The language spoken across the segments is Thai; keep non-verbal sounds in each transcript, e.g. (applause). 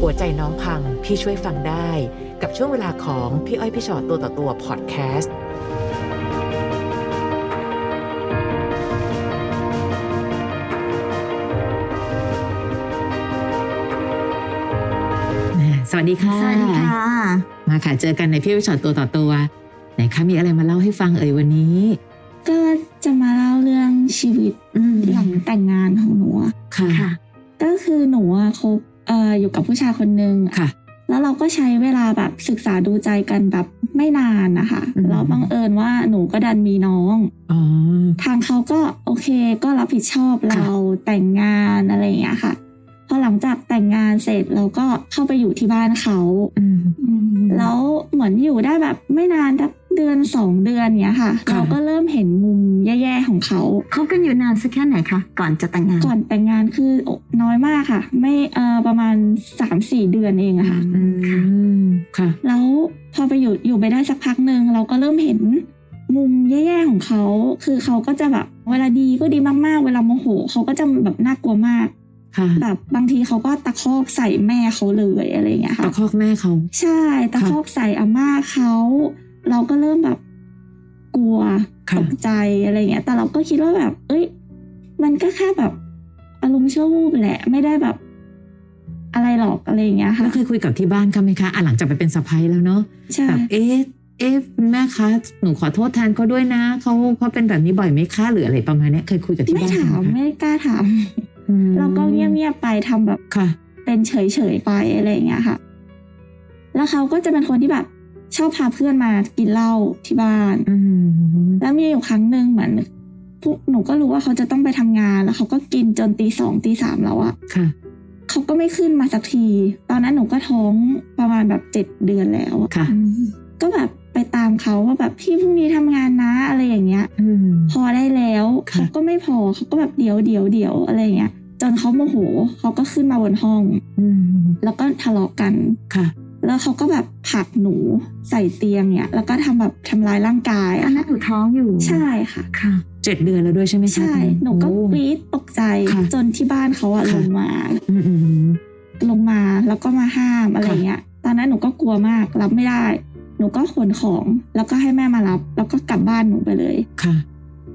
หัวใจน้องพังพี่ช่วยฟังได้ กับช่วงเวลาของพี่อ้อยพี่ชอตตัวต่อตัวพอดแคสต์สวัสดีค่ะ สวัสดีค่ะ มาค่ะเจอกันในพี่อ้อยพี่ชอตตัวต่อตัวไหนคะมีอะไรมาเล่าให้ฟังเอ่ยวันนี้ ก็จะมาเล่าเรื่องชีวิต อืม หลังแต่งงานของหนูอะ ค่ะ ก็คือหนูอะคบเอ่ออยู่กับผู้ชายคนหนึ่ง ค่ะ แล้วเราก็ใช้เวลาแบบศึกษาดูใจกันแบบไม่นานนะคะ อืม แล้วบังเอิญว่าหนูก็ดันมีน้อง อ๋อ ทางเขาก็โอเคก็รับผิดชอบ ค่ะ เราแต่งงานอะไรอย่างเงี้ยค่ะพอหลังจากแต่งงานเสร็จเราก็เข้าไปอยู่ที่บ้านเขา อืม แล้วเหมือนอยู่ได้แบบไม่นานสักเดือนสองเดือนเนี้ยค่ะ ค่ะ เราก็เริ่มเห็นมุมแย่ๆของเขา คบกันอยู่นานสักแค่ไหนคะ ก่อนจะแต่งงาน ก่อนแต่งงานคือโอ้น้อยมากค่ะ ไม่เออประมาณสามสี่เดือนเองอะค่ะ อืมค่ะ แล้วพอไปอยู่อยู่ไปได้สักพักหนึ่งเราก็เริ่มเห็นมุมแย่ๆของเขา คือเขาก็จะแบบเวลาดีก็ดีมากๆ เวลาโมโหเขาก็จะแบบน่ากลัวมาก ค่ะ แบบบางทีเขาก็ตะคอกใส่แม่เขาเลยอะไรอย่างเงี้ยค่ะ ตะคอกแม่เขา ใช่ตะคอกใส่อาม่าเขา เราก็เริ่มแบบกลัว ค่ะ ตกใจอะไรเงี้ย แต่เราก็คิดว่าแบบ เอ้ย มันก็แค่แบบอารมณ์ชั่ววูบแหละ ไม่ได้แบบ อะไรหรอกอะไรอย่างเงี้ย แล้ ค่ะ วเคยคุยกับที่บ้านเขาไหมคะอ่ะหลังจากไปเป็นสะพ้ยแล้วเนาะ ใช่ แบบเอ๊ะ เอ๊ะคุณแม่คะ หนูขอโทษแทนเขาด้วยนะ เขาเขาเป็นแบบนี้บ่อยไหมคะ หรืออะไรประมาณเนี้ย เคยคุยกับที่ ไม่ บ้าน ถาม ไหคะ ไม่กล้าถาม อืม เราก็เงียบๆไปทำแบบ ค่ะ เป็นเฉยๆไปอะไรอย่างเงี้ยค่ะ แล้วเขาก็จะเป็นคนที่แบบ ชอบพาเพื่อนมากินเหล้าที่บ้าน อืม แล้วมีอยู่ครั้งหนึ่งเหมือนพวกหนูก็รู้ว่าเขาจะต้องไปทำงานแล้วเขาก็กินจนตีสองตีสามแล้วอะ ค่ะ เขาก็ไม่ขึ้นมาสักที ตอนนั้นหนูก็ท้องประมาณแบบเจ็ดเดือนแล้วอะ ค่ะ อืม ก็แบบไปตามเขาว่าแบบพี่พรุ่งนี้ทำงานนะอะไรอย่างเงี้ย อืม พอได้แล้ว ค่ะ เขาก็ไม่พอเขาก็แบบเดี๋ยวเดี๋ยวเดี๋ยวอะไรอย่างเงี้ย จนเขาโมโหเขาก็ขึ้นมาบนห้อง อืม แล้วก็ทะเลาะกัน ค่ะ แล้วเขาก็แบบผลักหนูใส่เตียงเนี่ย แล้วก็ทำแบบทำร้ายร่างกาย ตอ อะ นนั้นหนูท้องอยู่ ใช่ค่ะ ค่ะ เจ็ดเดือนแล้วด้วยใช่ไหมคะ ใช่ หนูก็ โอ้ กรี๊ดตกใจ ค่ะ จนที่บ้านเขาอะล ค่ะ งมา อืมอืมอืม ลงมาแล้วก็มาห้ามอะไร ค่ะ เงี้ย ตอนนั้นหนูก็กลัวมากรับไม่ได้ หนูก็ขนของแล้วก็ให้แม่มารับ แล้วก็กลับบ้านหนูไปเลย ค่ะ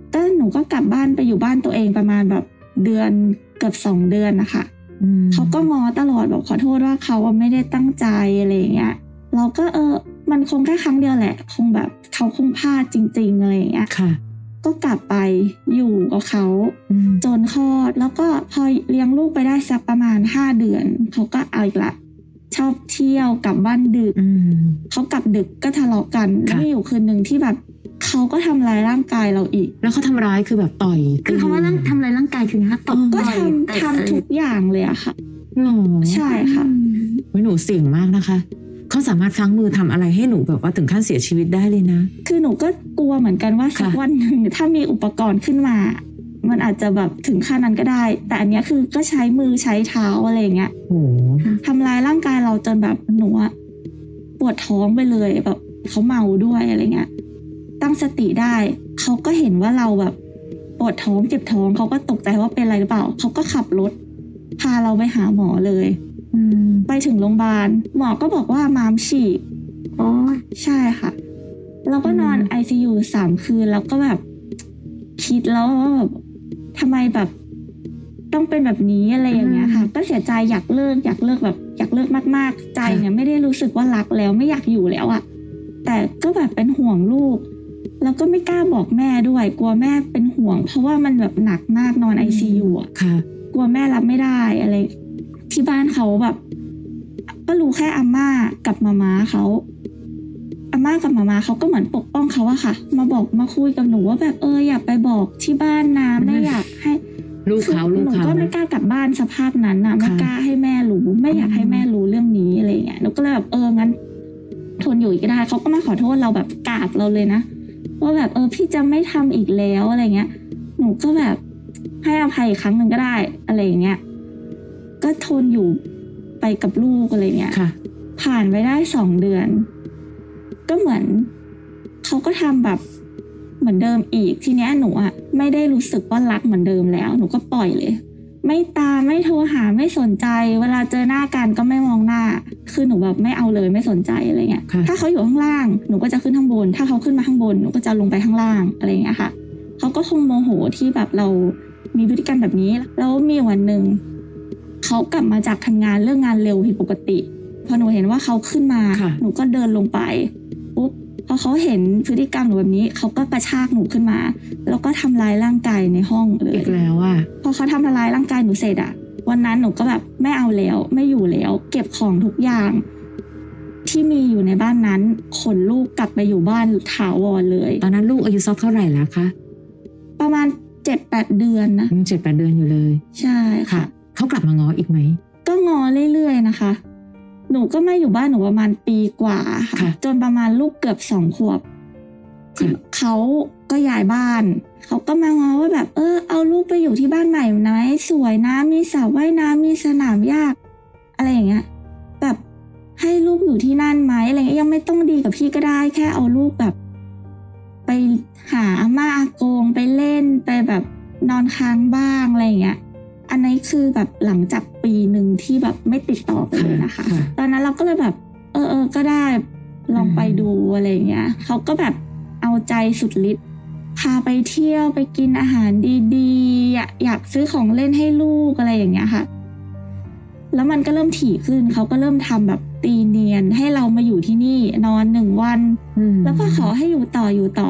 แต่หนูก็กลับบ้านไปอยู่บ้านตัวเองประมาณแบบเดือนเกือบสองเดือนนะคะ อืม เขาก็ง้อตลอดบอกขอโทษว่าเขาอะไม่ได้ตั้งใจอะไรอย่างเงี้ย เราก็เออ มันคงแค่ครั้งเดียวแหละ คงแบบเขาคงพลาดจริงๆอะไรอย่างเงี้ย ค่ะ ก็กลับไปอยู่กับเขา อืม จนคลอดแล้วก็พอเลี้ยงลูกไปได้สักประมาณ 5 เดือน เขาก็เอาอีกละชอบเที่ยวกลับบ้านดึก อืม เขากลับดึกก็ทะเลาะกัน ค่ะ แล้วมีอยู่คืนหนึ่งที่แบบเขาก็ทำร้ายร่างกายเราอีก แล้วเขาทำร้ายคือแบบต่อย คือคำว่าร่างทำลายร่างกายคือไงคะตบ ก็ ต่อย ทำเตะอะไร ทำทุกอย่างเลยอะค่ะ หรอ ใช่ค่ะ เฮ้ยหนูเสี่ยงมากนะคะ เขาสามารถพลั้งมือทำอะไรให้หนูแบบว่าถึงขั้นเสียชีวิตได้เลยนะ คือหนูก็กลัวเหมือนกันว่า ค่ะ สักวันหนึ่งถ้ามีอุปกรณ์ขึ้นมา มันอาจจะแบบถึงขั้นนั้นก็ได้ แต่อันเนี้ยคือก็ใช้มือใช้เท้าอะไรอย่างเงี้ย โห ทำร้ายร่างกายเราจนแบบหนูอะปวดท้องไปเลยแบบเขาเมาด้วยอะไรเงี้ย ตั้งสติได้ เขาก็เห็นว่าเราแบบปวดท้องเจ็บท้องเขาก็ตกใจว่าเป็นอะไรหรือเปล่า เขาก็ขับรถ พาเราไปหาหมอเลย อืม ไปถึงโรงพยาบาลหมอก็บอกว่าม้ามฉีก โอ้ย ใช่ค่ะ เราก็นอน อืม ไอซียูสามคืนแล้วก็แบบ คิดแล้วว่าแบบทำไมแบบ ต้องเป็นแบบนี้อะไรอย่างเงี้ยค่ะ ก็เสียใจอยากเลิกอยากเลิกแบบ อยากเลิกมากๆ ใจ ค่ะ เนี่ยไม่ได้รู้สึกว่ารักแล้วไม่อยากอยู่แล้วอะแต่ก็แบบเป็นห่วงลูก แล้วก็ไม่กล้าบอกแม่ด้วย กลัวแม่เป็นห่วง เพราะว่ามันแบบหนักมากนอนไอซียูอะ ค่ะ กลัวแม่รับไม่ได้อะไร ที่บ้านเขาแบบ ก็รู้แค่อาม่ากับมาม้าเขาอาม่ากับมาม้าเขาก็เหมือนปกป้องเขาอะค่ะ มาบอกมาคุยกับหนูว่าแบบเอออย่าไปบอกที่บ้านนะไม่อยากให้ ลูกเขา คือ ลูก หนู เขา ก็ไม่กล้ากลับบ้านสภาพนั้นนะไม่ ค่ะ กล้าให้แม่รู้ไม่อยากให้ อืม แม่รู้เรื่องนี้อะไรอย่างเงี้ยหนูก็เลยแบบเอองั้น ทนอยู่อีกก็ได้เขาก็มาขอโทษเราแบบกราบเราเลยนะว่าแบบเออพี่จะไม่ทำอีกแล้วอะไรเงี้ย หนูก็แบบให้อภัยอีกครั้งหนึ่งก็ได้อะไรอย่างเงี้ย ก็ทนอยู่ไปกับลูกอะไรเงี้ย ค่ะ ผ่านไปได้สองเดือน ก็เหมือนเขาก็ทำแบบเหมือนเดิมอีกทีเนี้ยหนูอะไม่ได้รู้สึกว่ารักเหมือนเดิมแล้ว หนูก็ปล่อยเลย ไม่ตามไม่โทรหาไม่สนใจ เวลาเจอหน้ากันก็ไม่มองหน้า คือหนูแบบไม่เอาเลยไม่สนใจอะไรเงี้ย ค่ะ ถ้าเขาอยู่ข้างล่างหนูก็จะขึ้นข้างบน ถ้าเขาขึ้นมาข้างบนหนูก็จะลงไปข้างล่างอะไรเงี้ยค่ะเขาก็คงโมโหที่แบบเรามีพฤติกรรมแบบนี้แล้วมีวันหนึ่งเขากลับมาจากทำงานเลิกงานเร็วผิดปกติ พอหนูเห็นว่าเขาขึ้นมา ค่ะ หนูก็เดินลงไปปุ๊บพอเขาเห็นพฤติกรรมหนูแบบนี้เขาก็กระชากหนูขึ้นมา แล้วก็ทำร้ายร่างกายในห้องเลย อีกแล้วอ่ะ พอเขาทำร้ายร่างกายหนูเสร็จอะวันนั้นหนูก็แบบไม่เอาแล้วไม่อยู่แล้ว เก็บของทุกอย่าง ที่มีอยู่ในบ้านนั้นขนลูกกลับไปอยู่บ้านถาวรเลย ตอนนั้นลูกอายุสักเท่าไหร่แล้วคะ ประมาณเจ็ดแปดเดือนนะ ยังเจ็ดแปดเดือนอยู่เลย ใช่ค่ะ เขากลับมาง้ออีกไหม ก็งอเรื่อยๆนะคะ หนูก็ไม่อยู่บ้านหนูประมาณปีกว่าค่ะ ค่ะ จนประมาณลูกเกือบสองขวบ ค่ะ เขาก็ย้ายบ้าน เขาก็มางอว่าแบบ เออเอาลูกไปอยู่ที่บ้านใหม่ไหมสวยนะมีสระว่ายน้ำมีสนามหญ้าอะไรอย่างเงี้ยแบบให้ลูกอยู่ที่นั่นไหมอะไรเงี้ยยังไม่ต้องดีกับพี่ก็ได้ แค่เอาลูกแบบ ไปหาอาม่าอากงไปเล่นไปแบบนอนค้างบ้างอะไรอย่างเงี้ย อันนี้คือแบบหลังจากปีหนึ่งที่แบบไม่ติดต่อกันเลยนะคะ ค่ะ ตอนนั้นเราก็เลยแบบ เออเออก็ได้ลองไปดูอะไรอย่างเงี้ยเขาก็แบบเอาใจสุดฤทธิ์พาไปเที่ยวไปกินอาหารดีๆอยากอยากซื้อของเล่นให้ลูกอะไรอย่างเงี้ยค่ะ แล้วมันก็เริ่มถี่ขึ้นเขาก็เริ่มทำแบบตีเนียนให้เรามาอยู่ที่นี่นอนหนึ่งวัน อืม แล้วก็ขอให้อยู่ต่ออยู่ต่อ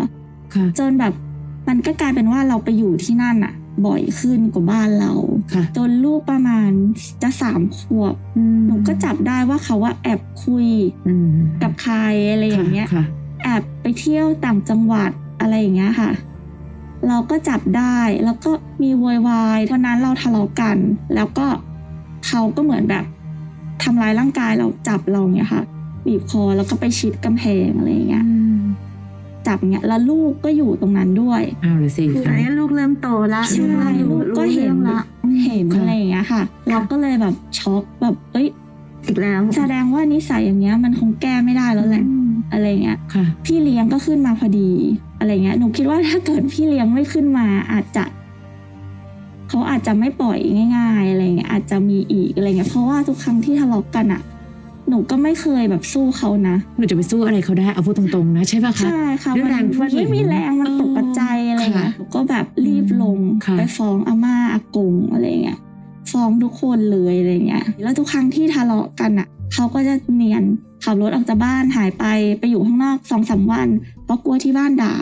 ค่ะ จนแบบมันก็กลายเป็นว่าเราไปอยู่ที่นั่นอะบ่อยขึ้นกว่าบ้านเรา ค่ะ จนลูกประมาณจะสามขวบ อืม หนูก็จับได้ว่าเขาว่าแอบคุย อืม กับใครอะไรอย่างเงี้ย ค่ะ แอบไปเที่ยวต่างจังหวัดอะไรอย่างเงี้ยค่ะ เราก็จับได้แล้วก็มีโวยวายตอนนั้นเราทะเลาะกัน แล้วก็เขาก็เหมือนแบบทำร้ายร่างกายเราจับเราอย่างเงี้ยค่ะ บีบคอแล้วก็ไปชิดกำแพงอะไรอย่างเงี้ย อืม จับอย่างเงี้ยแล้วลูกก็อยู่ตรงนั้นด้วย เอาละสิ คือตอ ค่ะ นนี้ลูกเริ่มโตละ ใช่ ลู ลูก รู้ ก็เห็น รื่องละ เห็น ค่ะ อะไรอย่างเงี้ยค่ะ เราก็เลยแบบช็อกแบบเอ้ย อีกแล้ว แสดงว่านิสัยอย่างเงี้ยมันคงแก้ไม่ได้แล้วแหละ อืม อะไรเงี้ย ค่ะ พี่เลี้ยงก็ขึ้นมาพอดีอะไรเงี้ยหนูคิดว่าถ้าเกิดพี่เลี้ยงไม่ขึ้นมาอาจจะเขาอาจจะไม่ปล่อยง่ายๆอะไรเงี้ยอาจจะมีอีกอะไรเงี้ยเพราะว่าทุกครั้งที่ทะเลาะกันอะหนูก็ไม่เคยแบบสู้เขานะ หนูจะไปสู้อะไรเขาได้เอาพูดตรงๆนะใช่ป่ะคะ ใช่ค่ะ ด้วย มั แรงผู้ มัน หญิง ไม่มีแรงมันตกกระจายอะไรเงี้ย ค่ะ หนูก็แบบรีบลง ค่ะ ไปฟ้องอาม่าอากงอะไรเงี้ยฟ้องทุกคนเลยอะไรเงี้ยแล้วทุกครั้งที่ทะเลาะกันอะเขาก็จะเนียนขับรถออกจากบ้านหายไปไปอยู่ข้างนอกสองสามวัน เพราะกลัวที่บ้านด่า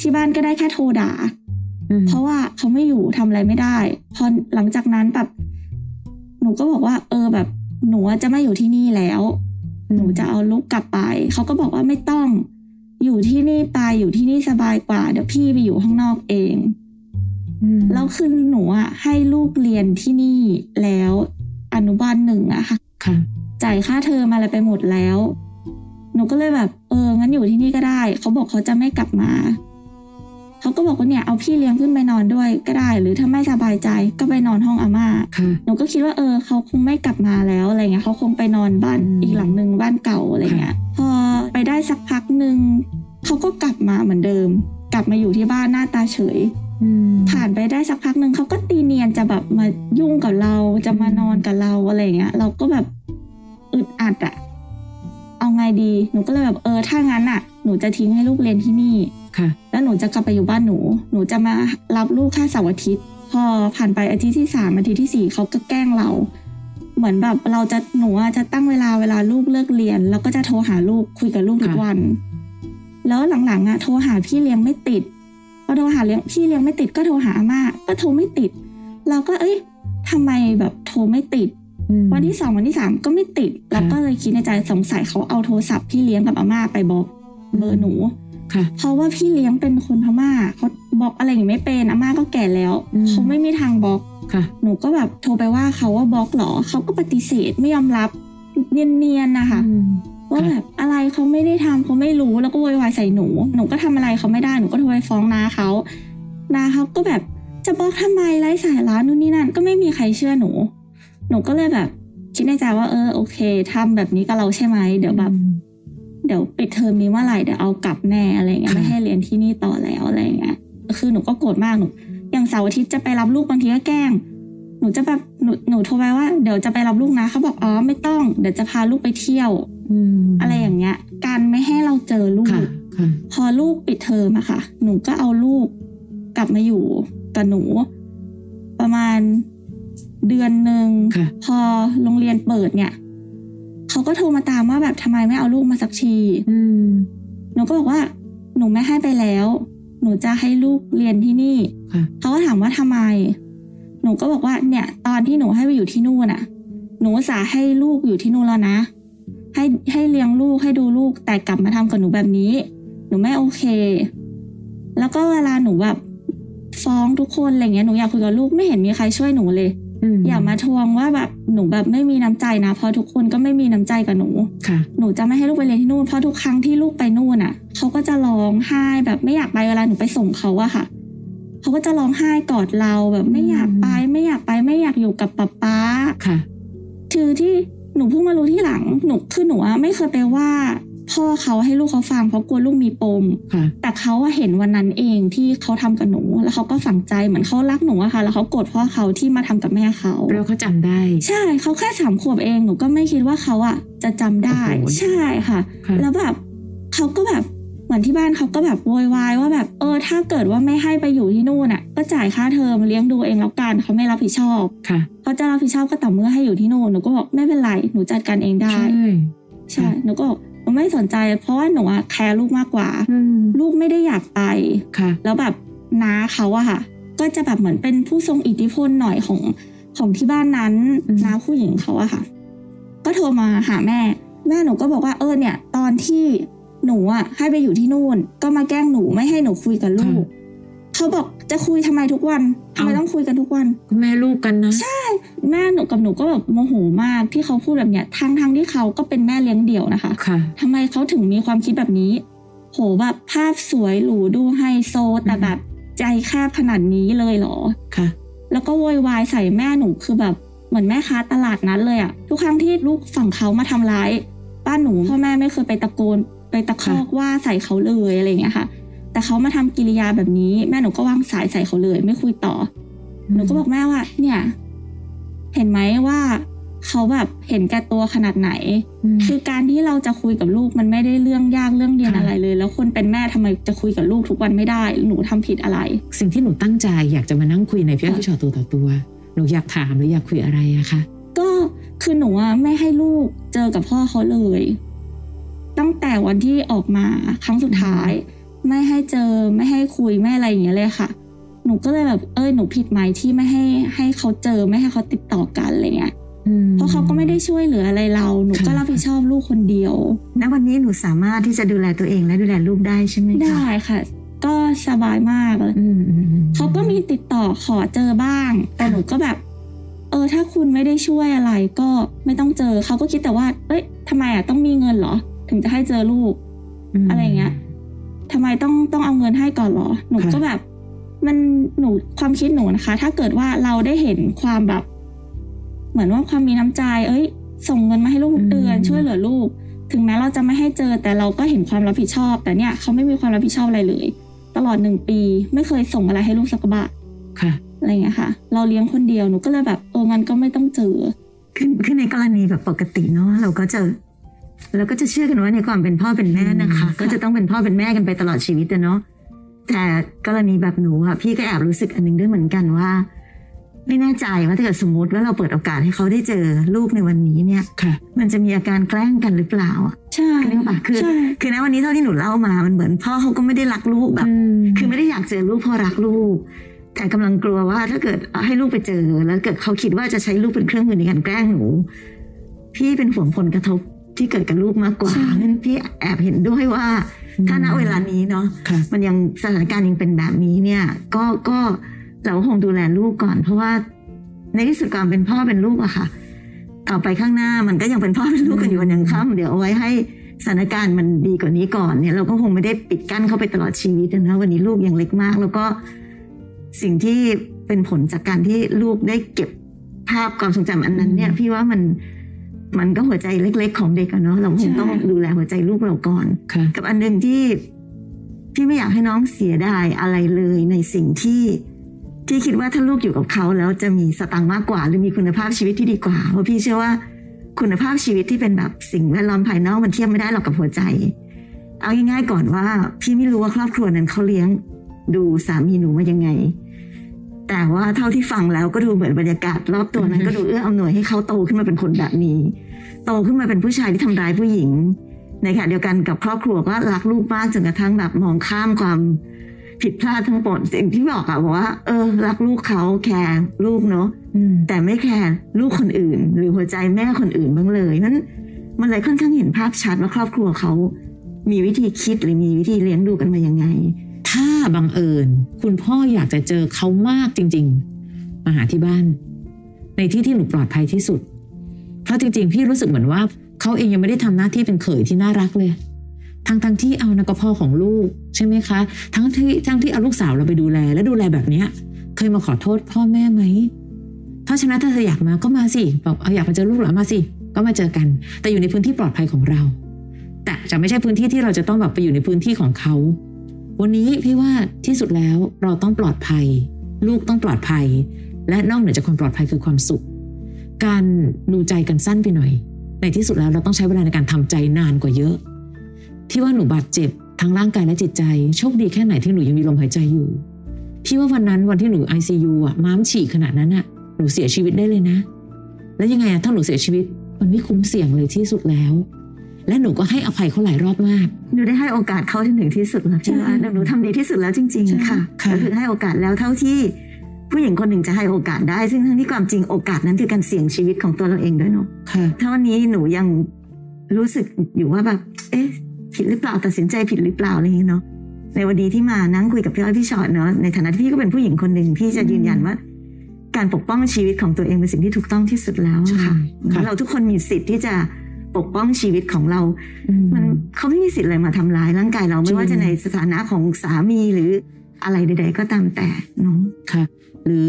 ที่บ้านก็ได้แค่โทรด่า อืม เพราะว่าเขาไม่อยู่ทำอะไรไม่ได้ พอหลังจากนั้นแบบหนูก็บอกว่า เออแบบ หนูอะจะไม่อยู่ที่นี่แล้ว หนูจะเอาลูกกลับไป เขาก็บอกว่าไม่ต้อง อยู่ที่นี่ไปอยู่ที่นี่สบายกว่า เดี๋ยวพี่ไปอยู่ข้างนอกเอง อืม แล้วคือหนูอะให้ลูกเรียนที่นี่แล้วอนุบาลหนึ่งอะค่ะ ค่ะ จ่ายค่าเทอมอะไรไปหมดแล้ว หนูก็เลยแบบ เออ งั้นอยู่ที่นี่ก็ได้ เขาบอกเขาจะไม่กลับมา เขาก็บอกว่าเนี่ย เอาพี่เลี้ยงขึ้นไปนอนด้วยก็ได้ หรือถ้าไม่สบายใจก็ไปนอนห้องอาม่า ค่ะ หนูก็คิดว่าเออเขาคงไม่กลับมาแล้วอะไรเงี้ยเขาคงไปนอนบ้าน อืม อีกหลังหนึ่งบ้านเก่าอะไรเงี้ย พอไปได้สักพักหนึ่งเขาก็กลับมาเหมือนเดิม กลับมาอยู่ที่บ้านหน้าตาเฉย อืม ผ่านไปได้สักพักหนึ่งเขาก็ตีเนียนจะแบบมายุ่งกับเราจะมานอนกับเราอะไรอย่างเงี้ย เราก็แบบอึดอัดอะเอาไงดีหนูก็เลยแบบเออถ้างั้นอะหนูจะทิ้งให้ลูกเรียนที่นี่ ค่ะ แล้วหนูจะกลับไปอยู่บ้านหนู หนูจะมารับลูกแค่เสาร์อาทิตย์ พอผ่านไปอาทิตย์ที่สามอาทิตย์ที่สี่เขาก็แกล้งเรา เหมือนแบบเราจะหนูอะจะตั้งเวลาเวลาลูกเลิกเรียน แล้วก็จะโทรหาลูกคุยกับลูกทุก ค่ะ วัน แล้วหลังๆอะโทรหาพี่เลี้ยงไม่ติดพอโทรหาเลี้ยงพี่เลี้ยงไม่ติดก็โทรหาอาม่าก็โทรไม่ติด เราก็เอ้ยทำไมแบบโทรไม่ติด อืม วันที่สองวันที่สามก็ไม่ติด เรา ค่ะ ก็เลยคิดในใจสงสัยเขาเอาโทรศัพท์พี่เลี้ยงกับอาม่าไปบล็อกเบอร์หนู ค่ะ เพราะว่าพี่เลี้ยงเป็นคนพม่าเขาบล็อกอะไรอย่างงี้ไม่เป็นอาม่าก็แก่แล้ว อืม เขาไม่มีทางบล็อก ค่ะ หนูก็แบบโทรไปว่าเขาว่าบล็อกเหรอเขาก็ปฏิเสธไม่ยอมรับเนียนๆนะคะ อืม ว่าแบบอะไรเขาไม่ได้ทำเขาไม่รู้แล้วก็โวยวายใส่หนู หนูก็ทำอะไรเขาไม่ได้หนูก็โทรไปฟ้องนาเขานาเขาก็แบบจะบล็อกทำไมไร้สายร้านนู่นนี่นั่นก็ไม่มีใครเชื่อหนู หนูก็เลยแบบ คิดในใจว่าเออโอเคทำแบบนี้กับเราใช่ไหมเดี๋ยวแบบ เดี๋ยวปิดเทอมนี้เมื่อไหร่เดี๋ยวเอากลับแน่อะไรเงี้ย ค่ะ ไม่ให้เรียนที่นี่ต่อแล้วอะไรเงี้ยคือหนูก็โกรธมากหนูอย่างเสาร์อาทิตย์จะไปรับลูกบางทีก็แกล้ง หนู นูจะแบบหนูหนูโทรไปว่าเดี๋ยวจะไปรับลูกนะเขาบอกอ๋อไม่ต้อง เดี๋ยวจะพาลูกไปเที่ยว อืม อะไรอย่างเงี้ย การไม่ให้เราเจอลูก ค่ะค่ะ พอลูกปิดเทอมอะค่ะ หนูก็เอาลูกกลับมาอยู่กับหนู ประมาณเดือนหนึ่ง ค่ะ พอโรงเรียนเปิดเนี่ยเขาก็โทรมาตามว่าแบบทำไมไม่เอาลูกมาสักที อืม หนูก็บอกว่า หนูไม่ให้ไปแล้ว หนูจะให้ลูกเรียนที่นี่ ค่ะ เขาก็ถามว่าทำไม หนูก็บอกว่า เนี่ย ตอนที่หนูให้ไปอยู่ที่นู่นน่ะ หนูอุตสาห์ให้ลูกอยู่ที่นู่นแล้วนะ ให้ให้เลี้ยงลูกให้ดูลูกแต่กลับมาทำกับหนูแบบนี้ หนูไม่โอเค แล้วก็เวลาหนูแบบฟ้องทุกคนอะไรเงี้ยหนูอยากคุยกับลูกไม่เห็นมีใครช่วยหนูเลย ม อย่ามาทวงว่าแบบหนูแบบไม่มีน้ำใจนะเพราะทุกคนก็ไม่มีน้ำใจกับหนู ค่ะ หนูจะไม่ให้ลูกไปเรียนที่นู่นเพราะทุกครั้งที่ลูกไปนู่นอ่ะเขาก็จะร้องไห้แบบไม่อยากไปเวลาหนูไปส่งเขาอะค่ะเขาก็จะร้องไห้กอดเราแบบไม่อยากไป ไม่อยากไปไม่อยากอยู่กับป๊าป๊า ค่ะ คือที่หนูเพิ่งมารู้ที่หลังหนูคือหนูอะไม่เคยไปว่า พ่อเขาให้ลูกเขาฟังเพราะกลัวลูกมีปม ค่ะ แต่เขาอะเห็นวันนั้นเองที่เขาทำกับหนู แล้วเขาก็ฝังใจเหมือนเขารักหนูอะค่ะ แล้วเขาโกรธพ่อเขาที่มาทำกับแม่เขา เราก็จำได้ ใช่เขาแค่สามขวบเองหนูก็ไม่คิดว่าเขาอะจะจำได้ โอ้โห ใช่ค่ะ ค่ะ แล้วแบบเขาก็แบบเหมือนที่บ้านเขาก็แบบโวยวายว่าแบบเออ ถ้าเกิดว่าไม่ให้ไปอยู่ที่นู่นอะก็จ่ายค่าเทอมเลี้ยงดูเองแล้วกันเขาไม่รับผิดชอบ ค่ะ เขาจะรับผิดชอบก็ต่อเมื่อให้อยู่ที่นู่นหนูก็บอกไม่เป็นไรหนูจัดการเองได้ ใช่ ใช่หนูก็บอกหนูไม่สนใจ เพราะว่าหนูอะแคร์ลูกมากกว่า อืม ลูกไม่ได้อยากไป ค่ะ แล้วแบบน้าเขาอะค่ะ ก็จะแบบเหมือนเป็นผู้ทรงอิทธิพลหน่อยของของที่บ้านนั้น อืม น้าผู้หญิงเขาอะค่ะ ก็โทรมาหาแม่ แม่หนูก็บอกว่าเออเนี่ย ตอนที่หนูอะให้ไปอยู่ที่นู่น ก็มาแกล้งหนูไม่ให้หนูคุยกับลูกเขาบอกจะคุยทำไมทุกวันทำไมต้องคุยกันทุกวัน ก็แม่ลูกกันนะ แม่หนูกับหนูก็แบบโมโหมากที่เขาพูดแบบเนี้ยทั้งทั้งที่เขาก็เป็นแม่เลี้ยงเดี่ยวนะคะ ค่ะ ทำไมเขาถึงมีความคิดแบบนี้ โหแบบภาพสวยหรูดูไฮโซแต่แบบใจแคบขนาดนี้เลยเหรอ ค่ะ แล้วก็โวยวายใส่แม่หนูคือแบบเหมือนแม่ค้าตลาดนัดเลยอะทุกครั้งที่ลูกฝั่งเขามาทำร้ายบ้านหนูพ่อแม่ไม่เคยไปตะโกนไปตะคอกว่าใส่เขาเลยอะไรอย่างเงี้ยค่ะ แต่เขามาทำกิริยาแบบนี้ แม่หนูก็วางสายใส่เขาเลย ไม่คุยต่อ หนูก็บอกแม่ว่า เนี่ย เห็นไหมว่าเขาแบบเห็นแก่ตัวขนาดไหน อืม คือการที่เราจะคุยกับลูกมันไม่ได้เรื่องยากเรื่องเย็น ค่ะ อะไรเลย แล้วคนเป็นแม่ทำไมจะคุยกับลูกทุกวันไม่ได้ หนูทำผิดอะไร สิ่งที่หนูตั้งใจอยากจะมานั่งคุยในพี่อ้อยพี่ชอตตัวต่อตัว หนูอยากถามหรืออยากคุยอะไรอะคะ ก็คือหนูอะไม่ให้ลูกเจอกับพ่อเขาเลย ตั้งแต่วันที่ออกมาครั้งสุดท้าย ไม่ให้เจอไม่ให้คุยไม่อะไรอย่างเงี้ยเลยค่ะ หนูก็เลยแบบเอ้ยหนูผิดไหมที่ไม่ให้ให้เขาเจอไม่ให้เขาติดต่อกันอะไรเงี้ย อืม เพราะเขาก็ไม่ได้ช่วยเหลืออะไรเรา หนูก็รับผิดชอบลูกคนเดียว ณวันนี้หนูสามารถที่จะดูแลตัวเองและดูแลลูกได้ใช่ไหมคะ ได้ค่ะ ก็สบายมากเลย อืมอืมอืม เขาก็มีติดต่อขอเจอบ้าง แต่หนูก็แบบ เออ ถ้าคุณไม่ได้ช่วยอะไรก็ไม่ต้องเจอ เขาก็คิดแต่ว่า เอ้ยทำไมอ่ะต้องมีเงินเหรอ ถึงจะให้เจอลูก ม อะไรอย่างเงี้ย ทำไมต้องต้องเอาเงินให้ก่อนเหรอ หนู ค่ะ ก็แบบ มันหนูความคิดหนูนะคะ ถ้าเกิดว่าเราได้เห็นความแบบ เหมือนว่าความมีน้ำใจ เอ้ย ส่งเงินมาให้ลูกทุกเดือน ช่วยเหลือลูก ถึงแม้เราจะไม่ให้เจอ แต่เราก็เห็นความรับผิดชอบ แต่เนี่ยเขาไม่มีความรับผิดชอบอะไรเลย ตลอดหนึ่งปี ไม่เคยส่งอะไรให้ลูกสักบาท ค่ะ อะไรอย่างเงี้ยค่ะ เราเลี้ยงคนเดียวหนูก็เลยแบบเอองั้นก็ไม่ต้องเจอ คือคือในกรณีแบบปกติเนาะเราก็จะ เราก็จะเชื่อกันว่าในความเป็นพ่อเป็นแม่นะคะ อืม ก็จะต้องเป็นพ่อเป็นแม่กันไปตลอดชีวิตอะเนาะแต่กรณีแบบหนูอะพี่ก็แอบรู้สึกอันนึงด้วยเหมือนกันว่า ไม่แน่ใจว่าถ้าเกิดสมมติว่าเราเปิดโอกาสให้เขาได้เจอลูกในวันนี้เนี่ย ค่ะ มันจะมีอาการแกล้งกันหรือเปล่าอะ ใช่ คือเรื่องปะคือ ใช่ คือนะวันนี้เท่าที่หนูเล่ามามันเหมือนพ่อเขาก็ไม่ได้รักลูกแบบ คือไม่ได้อยากเจอลูกเพราะรักลูก แต่กำลังกลัวว่าถ้าเกิดเอาให้ลูกไปเจอ แล้วเกิดเขาคิดว่าจะใช้ลูกเป็นเครื่องมือในการแกล้งหนู พี่เป็นห่วงผลกระทบที่เกิดกับลูกมากกว่า ใช่ งั้นพี่แอบเห็นด้วยว่า ถ้าณเวลานี้เนาะ ค่ะ (laughs) มันยังสถานการณ์ยังเป็นแบบนี้เนี่ย ก็ก็เราคงดูแลลูกก่อน เพราะว่าในที่สุดความเป็นพ่อเป็นลูกอะค่ะ ต่อไปข้างหน้ามันก็ยังเป็นพ่อเป็นลูกกันอยู่วันยังค่ำเดี๋ยวเอาไว้ให้สถานการณ์มันดีกว่านี้ก่อนเนี่ย เราก็คงไม่ได้ปิดกั้นเข้าไปตลอดชีวิตนะวันนี้ลูกยังเล็กมาก แล้วก็สิ่งที่เป็นผลจากการที่ลูกได้เก็บภาพความทรงจำอันนั้นเนี่ย อืม พี่ว่ามันมันก็หัวใจเล็ก ๆ ของเด็กอะเนาะเราคงต้องดูแลหัวใจลูกเราก่อน ค่ะ กับอันหนึ่งที่พี่ไม่อยากให้น้องเสียดายอะไรเลยในสิ่งที่ ที่คิดว่าถ้าลูกอยู่กับเขาแล้วจะมีสตังค์มากกว่า หรือมีคุณภาพชีวิตที่ดีกว่าเพราะพี่เชื่อว่าคุณภาพชีวิตที่เป็นแบบสิ่งแวดล้อมภายนอกมันเทียบไม่ได้หรอกกับหัวใจ เอาง่ายๆก่อนว่า พี่ไม่รู้ว่าครอบครัวนั้นเขาเลี้ยง ดูสามีหนูมายังไง แต่ว่าเท่าที่ฟังแล้วก็ดูเหมือนบรรยากาศรอบตัวนั้นก็ดูเอื้ออำนวยให้เขาโตขึ้นมาเป็นคนแบบนี้ โตขึ้นมาเป็นผู้ชายที่ทำร้ายผู้หญิง ในขณะเดียวกันกับครอบครัวก็รักลูกมากจนกระทั่งแบบมองข้ามความผิดพลาดทั้งหมดสิ่งที่บอกอะบอกว่า เออ รักลูกเขาแคร์ลูกเนาะ อืม แต่ไม่แคร์ลูกคนอื่น หรือหัวใจแม่คนอื่นบ้างเลยนั้นมันเลยค่อนข้างเห็นภาพชัดว่าครอบครัวเขา มีวิธีคิดหรือมีวิธีเลี้ยงดูกันมายังไง ถ้าบังเอิญ คุณพ่ออยากจะเจอเขามากจริง ๆ มาหาที่บ้าน ในที่ที่หนูปลอดภัยที่สุด เพราะจริง ๆ พี่รู้สึกเหมือนว่าเขาเองยังไม่ได้ทำหน้าที่เป็นเขยที่น่ารักเลย ทั้งทั้งๆที่เอานะก็พ่อของลูกใช่ไหมคะ ทั้งที่ทั้งที่เอาลูกสาวเราไปดูแลและดูแลแบบเนี้ย เคยมาขอโทษพ่อแม่ไหม ถ้าชนะถ้าเธออยากมาก็มาสิบอกเอาอยากมาเจอลูกเหรอมาสิ ก็มาเจอกัน แต่อยู่ในพื้นที่ปลอดภัยของเรา แต่จะไม่ใช่พื้นที่ที่เราจะต้องแบบไปอยู่ในพื้นที่ของเขา วันนี้พี่ว่าที่สุดแล้วเราต้องปลอดภัย ลูกต้องปลอดภัย และนอกเหนือจากความปลอดภัยคือความสุข การดูใจกันสั้นไปหน่อย ในที่สุดแล้วเราต้องใช้เวลาในการทำใจนานกว่าเยอะ ที่ว่าหนูบาดเจ็บทั้งร่างกายและจิตใจโชคดีแค่ไหนที่หนูยังมีลมหายใจอยู่ พี่ว่าวันนั้นวันที่หนู ICU อ่ะม้ามฉีกขนาดนั้นอ่ะหนูเสียชีวิตได้เลยนะ แล้วยังไงอะถ้าหนูเสียชีวิต มันไม่คุ้มเสี่ยงเลยที่สุดแล้ว และหนูก็ให้อภัยเขาหลายรอบมาก หนูได้ให้โอกาสเขาจนถึงที่สุดแล้วใช่ไหม ใช่ หนูทำดีที่สุดแล้วจริง ใช่ ๆ ค่ะ ค่ะ ก็คือให้โอกาสแล้วเท่าที่ผู้หญิงคนหนึ่งจะให้โอกาสได้ ซึ่งทั้งที่ความจริงโอกาสนั้นคือการเสี่ยงชีวิตของตัวเราเองด้วยเนาะ ค่ะ ถ้าวันนี้หนูยังรู้สึกอยู่ว่าแบบ เอ๊ะ ผิดหรือเปล่าตัดสินใจผิดหรือเปล่าอะไรอย่างเงี้ยเนาะ ในวันดีที่มานั่งคุยกับพี่อ้อยพี่ชอตเนาะ ในฐานะที่พี่ก็เป็นผู้หญิงคนหนึ่งพี่จะยืนยันว่า การปกป้องชีวิตของตัวเองเป็นสิ่งที่ถูกต้องที่สุดแล้วอะค่ะ ใช่ค่ะ เราทุกคนมีสิทธิ์ที่จะปกป้องชีวิตของเรา อืม มันเขาไม่มีสิทธิ์อะไรมาทำร้ายร่างกายเรา จริ ไม่ ง ว่าจะในสถานะของสามีหรืออะไรใด ๆ ก็ตามแต่เนาะ ค่ะหรือ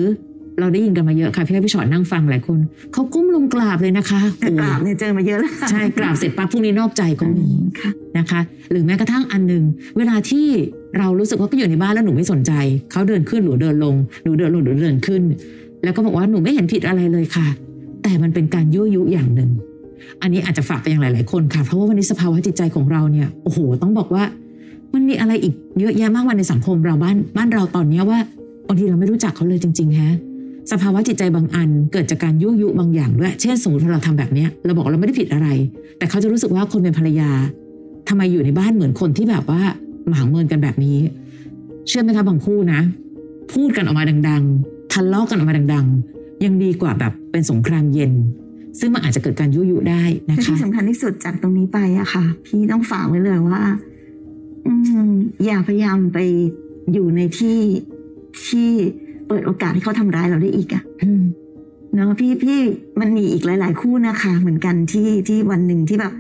เราได้ยินกันมาเยอะค่ะพี่อ้อยพี่ชอตนั่งฟังหลายคนเขาก้มลงกราบเลยนะคะโอ้ กราบเนี่ยเจอมาเยอะแล้วค่ะ ใช่กราบเสร็จปั๊บพรุ่งนี้นอกใจก็ อื มี มค่ะ นะคะ หรือแม้กระทั่งอันหนึ่งเวลาที่เรารู้สึกว่าก็อยู่ในบ้านแล้วหนูไม่สนใจเขาเดินขึ้นหรือเดินลงหนูเดินลงหรือเดินขึ้น แล้วก็บอกว่าหนูไม่เห็นผิดอะไรเลยค่ะ แต่มันเป็นการยั่วยุอย่างหนึ่ง อันนี้อาจจะฝากไปยังหลาย ๆ คนค่ะ เพราะว่าวันนี้สภาวะจิตใจของเราเนี่ยโอ้โห ต้องบอกว่า มันมีอะไรอีกเยอะแยะมากมายในสังคมเราบ้านบ้านเราตอนเนี้ยว่าบางทีเราไม่รู้จักเขาเลยจริง ๆ ฮะ สภาวะจิตใจบางอันเกิดจากการยั่วยุบางอย่างด้วย เช่นสมมติว่าเราทำแบบเนี้ยเราบอกเราไม่ได้ผิดอะไร แต่เขาจะรู้สึกว่าคนเป็นภรรยาทำไมอยู่ในบ้านเหมือนคนที่แบบว่าหมางเมินกันแบบนี้ เชื่อไหมคะบางคู่นะ พูดกันออกมาดัง ๆทะเลาะกันออกมาดัง ๆ ยังดีกว่าแบบเป็นสงครามเย็น ซึ่งมันอาจจะเกิดการยั่วยุได้นะ และ คะ ที่สำคัญที่สุดจากตรงนี้ไปอะค่ะ พี่ต้องฝากไว้เลยว่า อืมอย่าพยายามไปอยู่ในที่ที่เปิดโอกาสให้เขาทำร้ายเราได้อีกอะ อืม เนาะพี่พี่มันมีอีกหลาย ๆ คู่นะคะ เหมือนกันที่ที่วันหนึ่งที่แบบ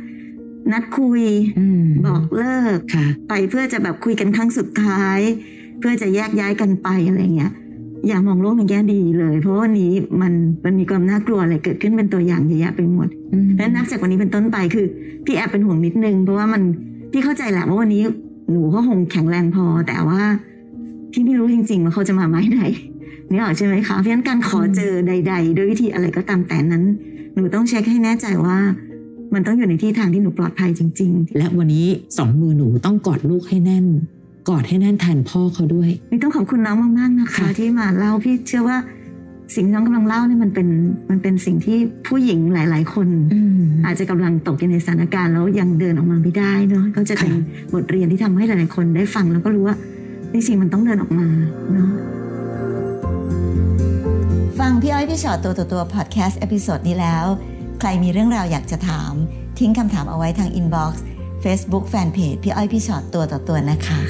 นัดคุย อืม บอกเลิก ค่ะ ไปเพื่อจะแบบคุยกันครั้งสุดท้าย เพื่อจะแยกย้ายกันไปอะไรเงี้ย อย่ามองโลกในแง่ดีเลย เพราะวันนี้มันมันมีความน่ากลัวอะไรเกิดขึ้นเป็นตัวอย่างเยอะแยะไปหมด อืม เพราะฉะนั้นนับจากวันนี้เป็นต้นไปคือ พี่แอบเป็นห่วงนิดนึงเพราะว่ามันพี่เข้าใจแหละว่าวันนี้หนูก็คงแข็งแรงพอ แต่ว่าพี่ไม่รู้จริงๆว่าเขาจะมาไม้ไหนนี่ออกใช่ไหมคะเพราะฉะนั้นการขอเจอใด ๆ ด้วยวิธีอะไรก็ตามแต่นั้น หนูต้องเช็คให้แน่ใจว่า มันต้องอยู่ในที่ทางที่หนูปลอดภัยจริง และวันนี้สองมือหนูต้องกอดลูกให้แน่น กอดให้แน่นแทนพ่อเขาด้วย ๆ นี่ต้องขอบคุณน้องมากๆนะคะ ค่ะ ที่มาเล่าพี่เชื่อว่าสิ่งที่น้องกำลังเล่าเนี่ยมันเป็นมันเป็นสิ่งที่ผู้หญิงหลาย ๆ คน อืม อาจจะกำลังตกอยู่ในสถานการณ์แล้วยังเดินออกมาไม่ได้เนาะก็จะเป็น ค่ะ บทเรียนที่ทำให้หลายๆคนได้ฟังแล้วก็รู้ว่าจริงๆมันต้องเดินออกมาเนาะ ฟังพี่อ้อยพี่ชอตตัวต่อตัวพอดแคสต์เอพิโซดนี้แล้ว ใครมีเรื่องราวอยากจะถาม ทิ้งคำถามเอาไว้ทางอินบ็อกซ์เฟซบุ๊กแฟนเพจพี่อ้อยพี่ชอตตัวต่อตัวนะคะ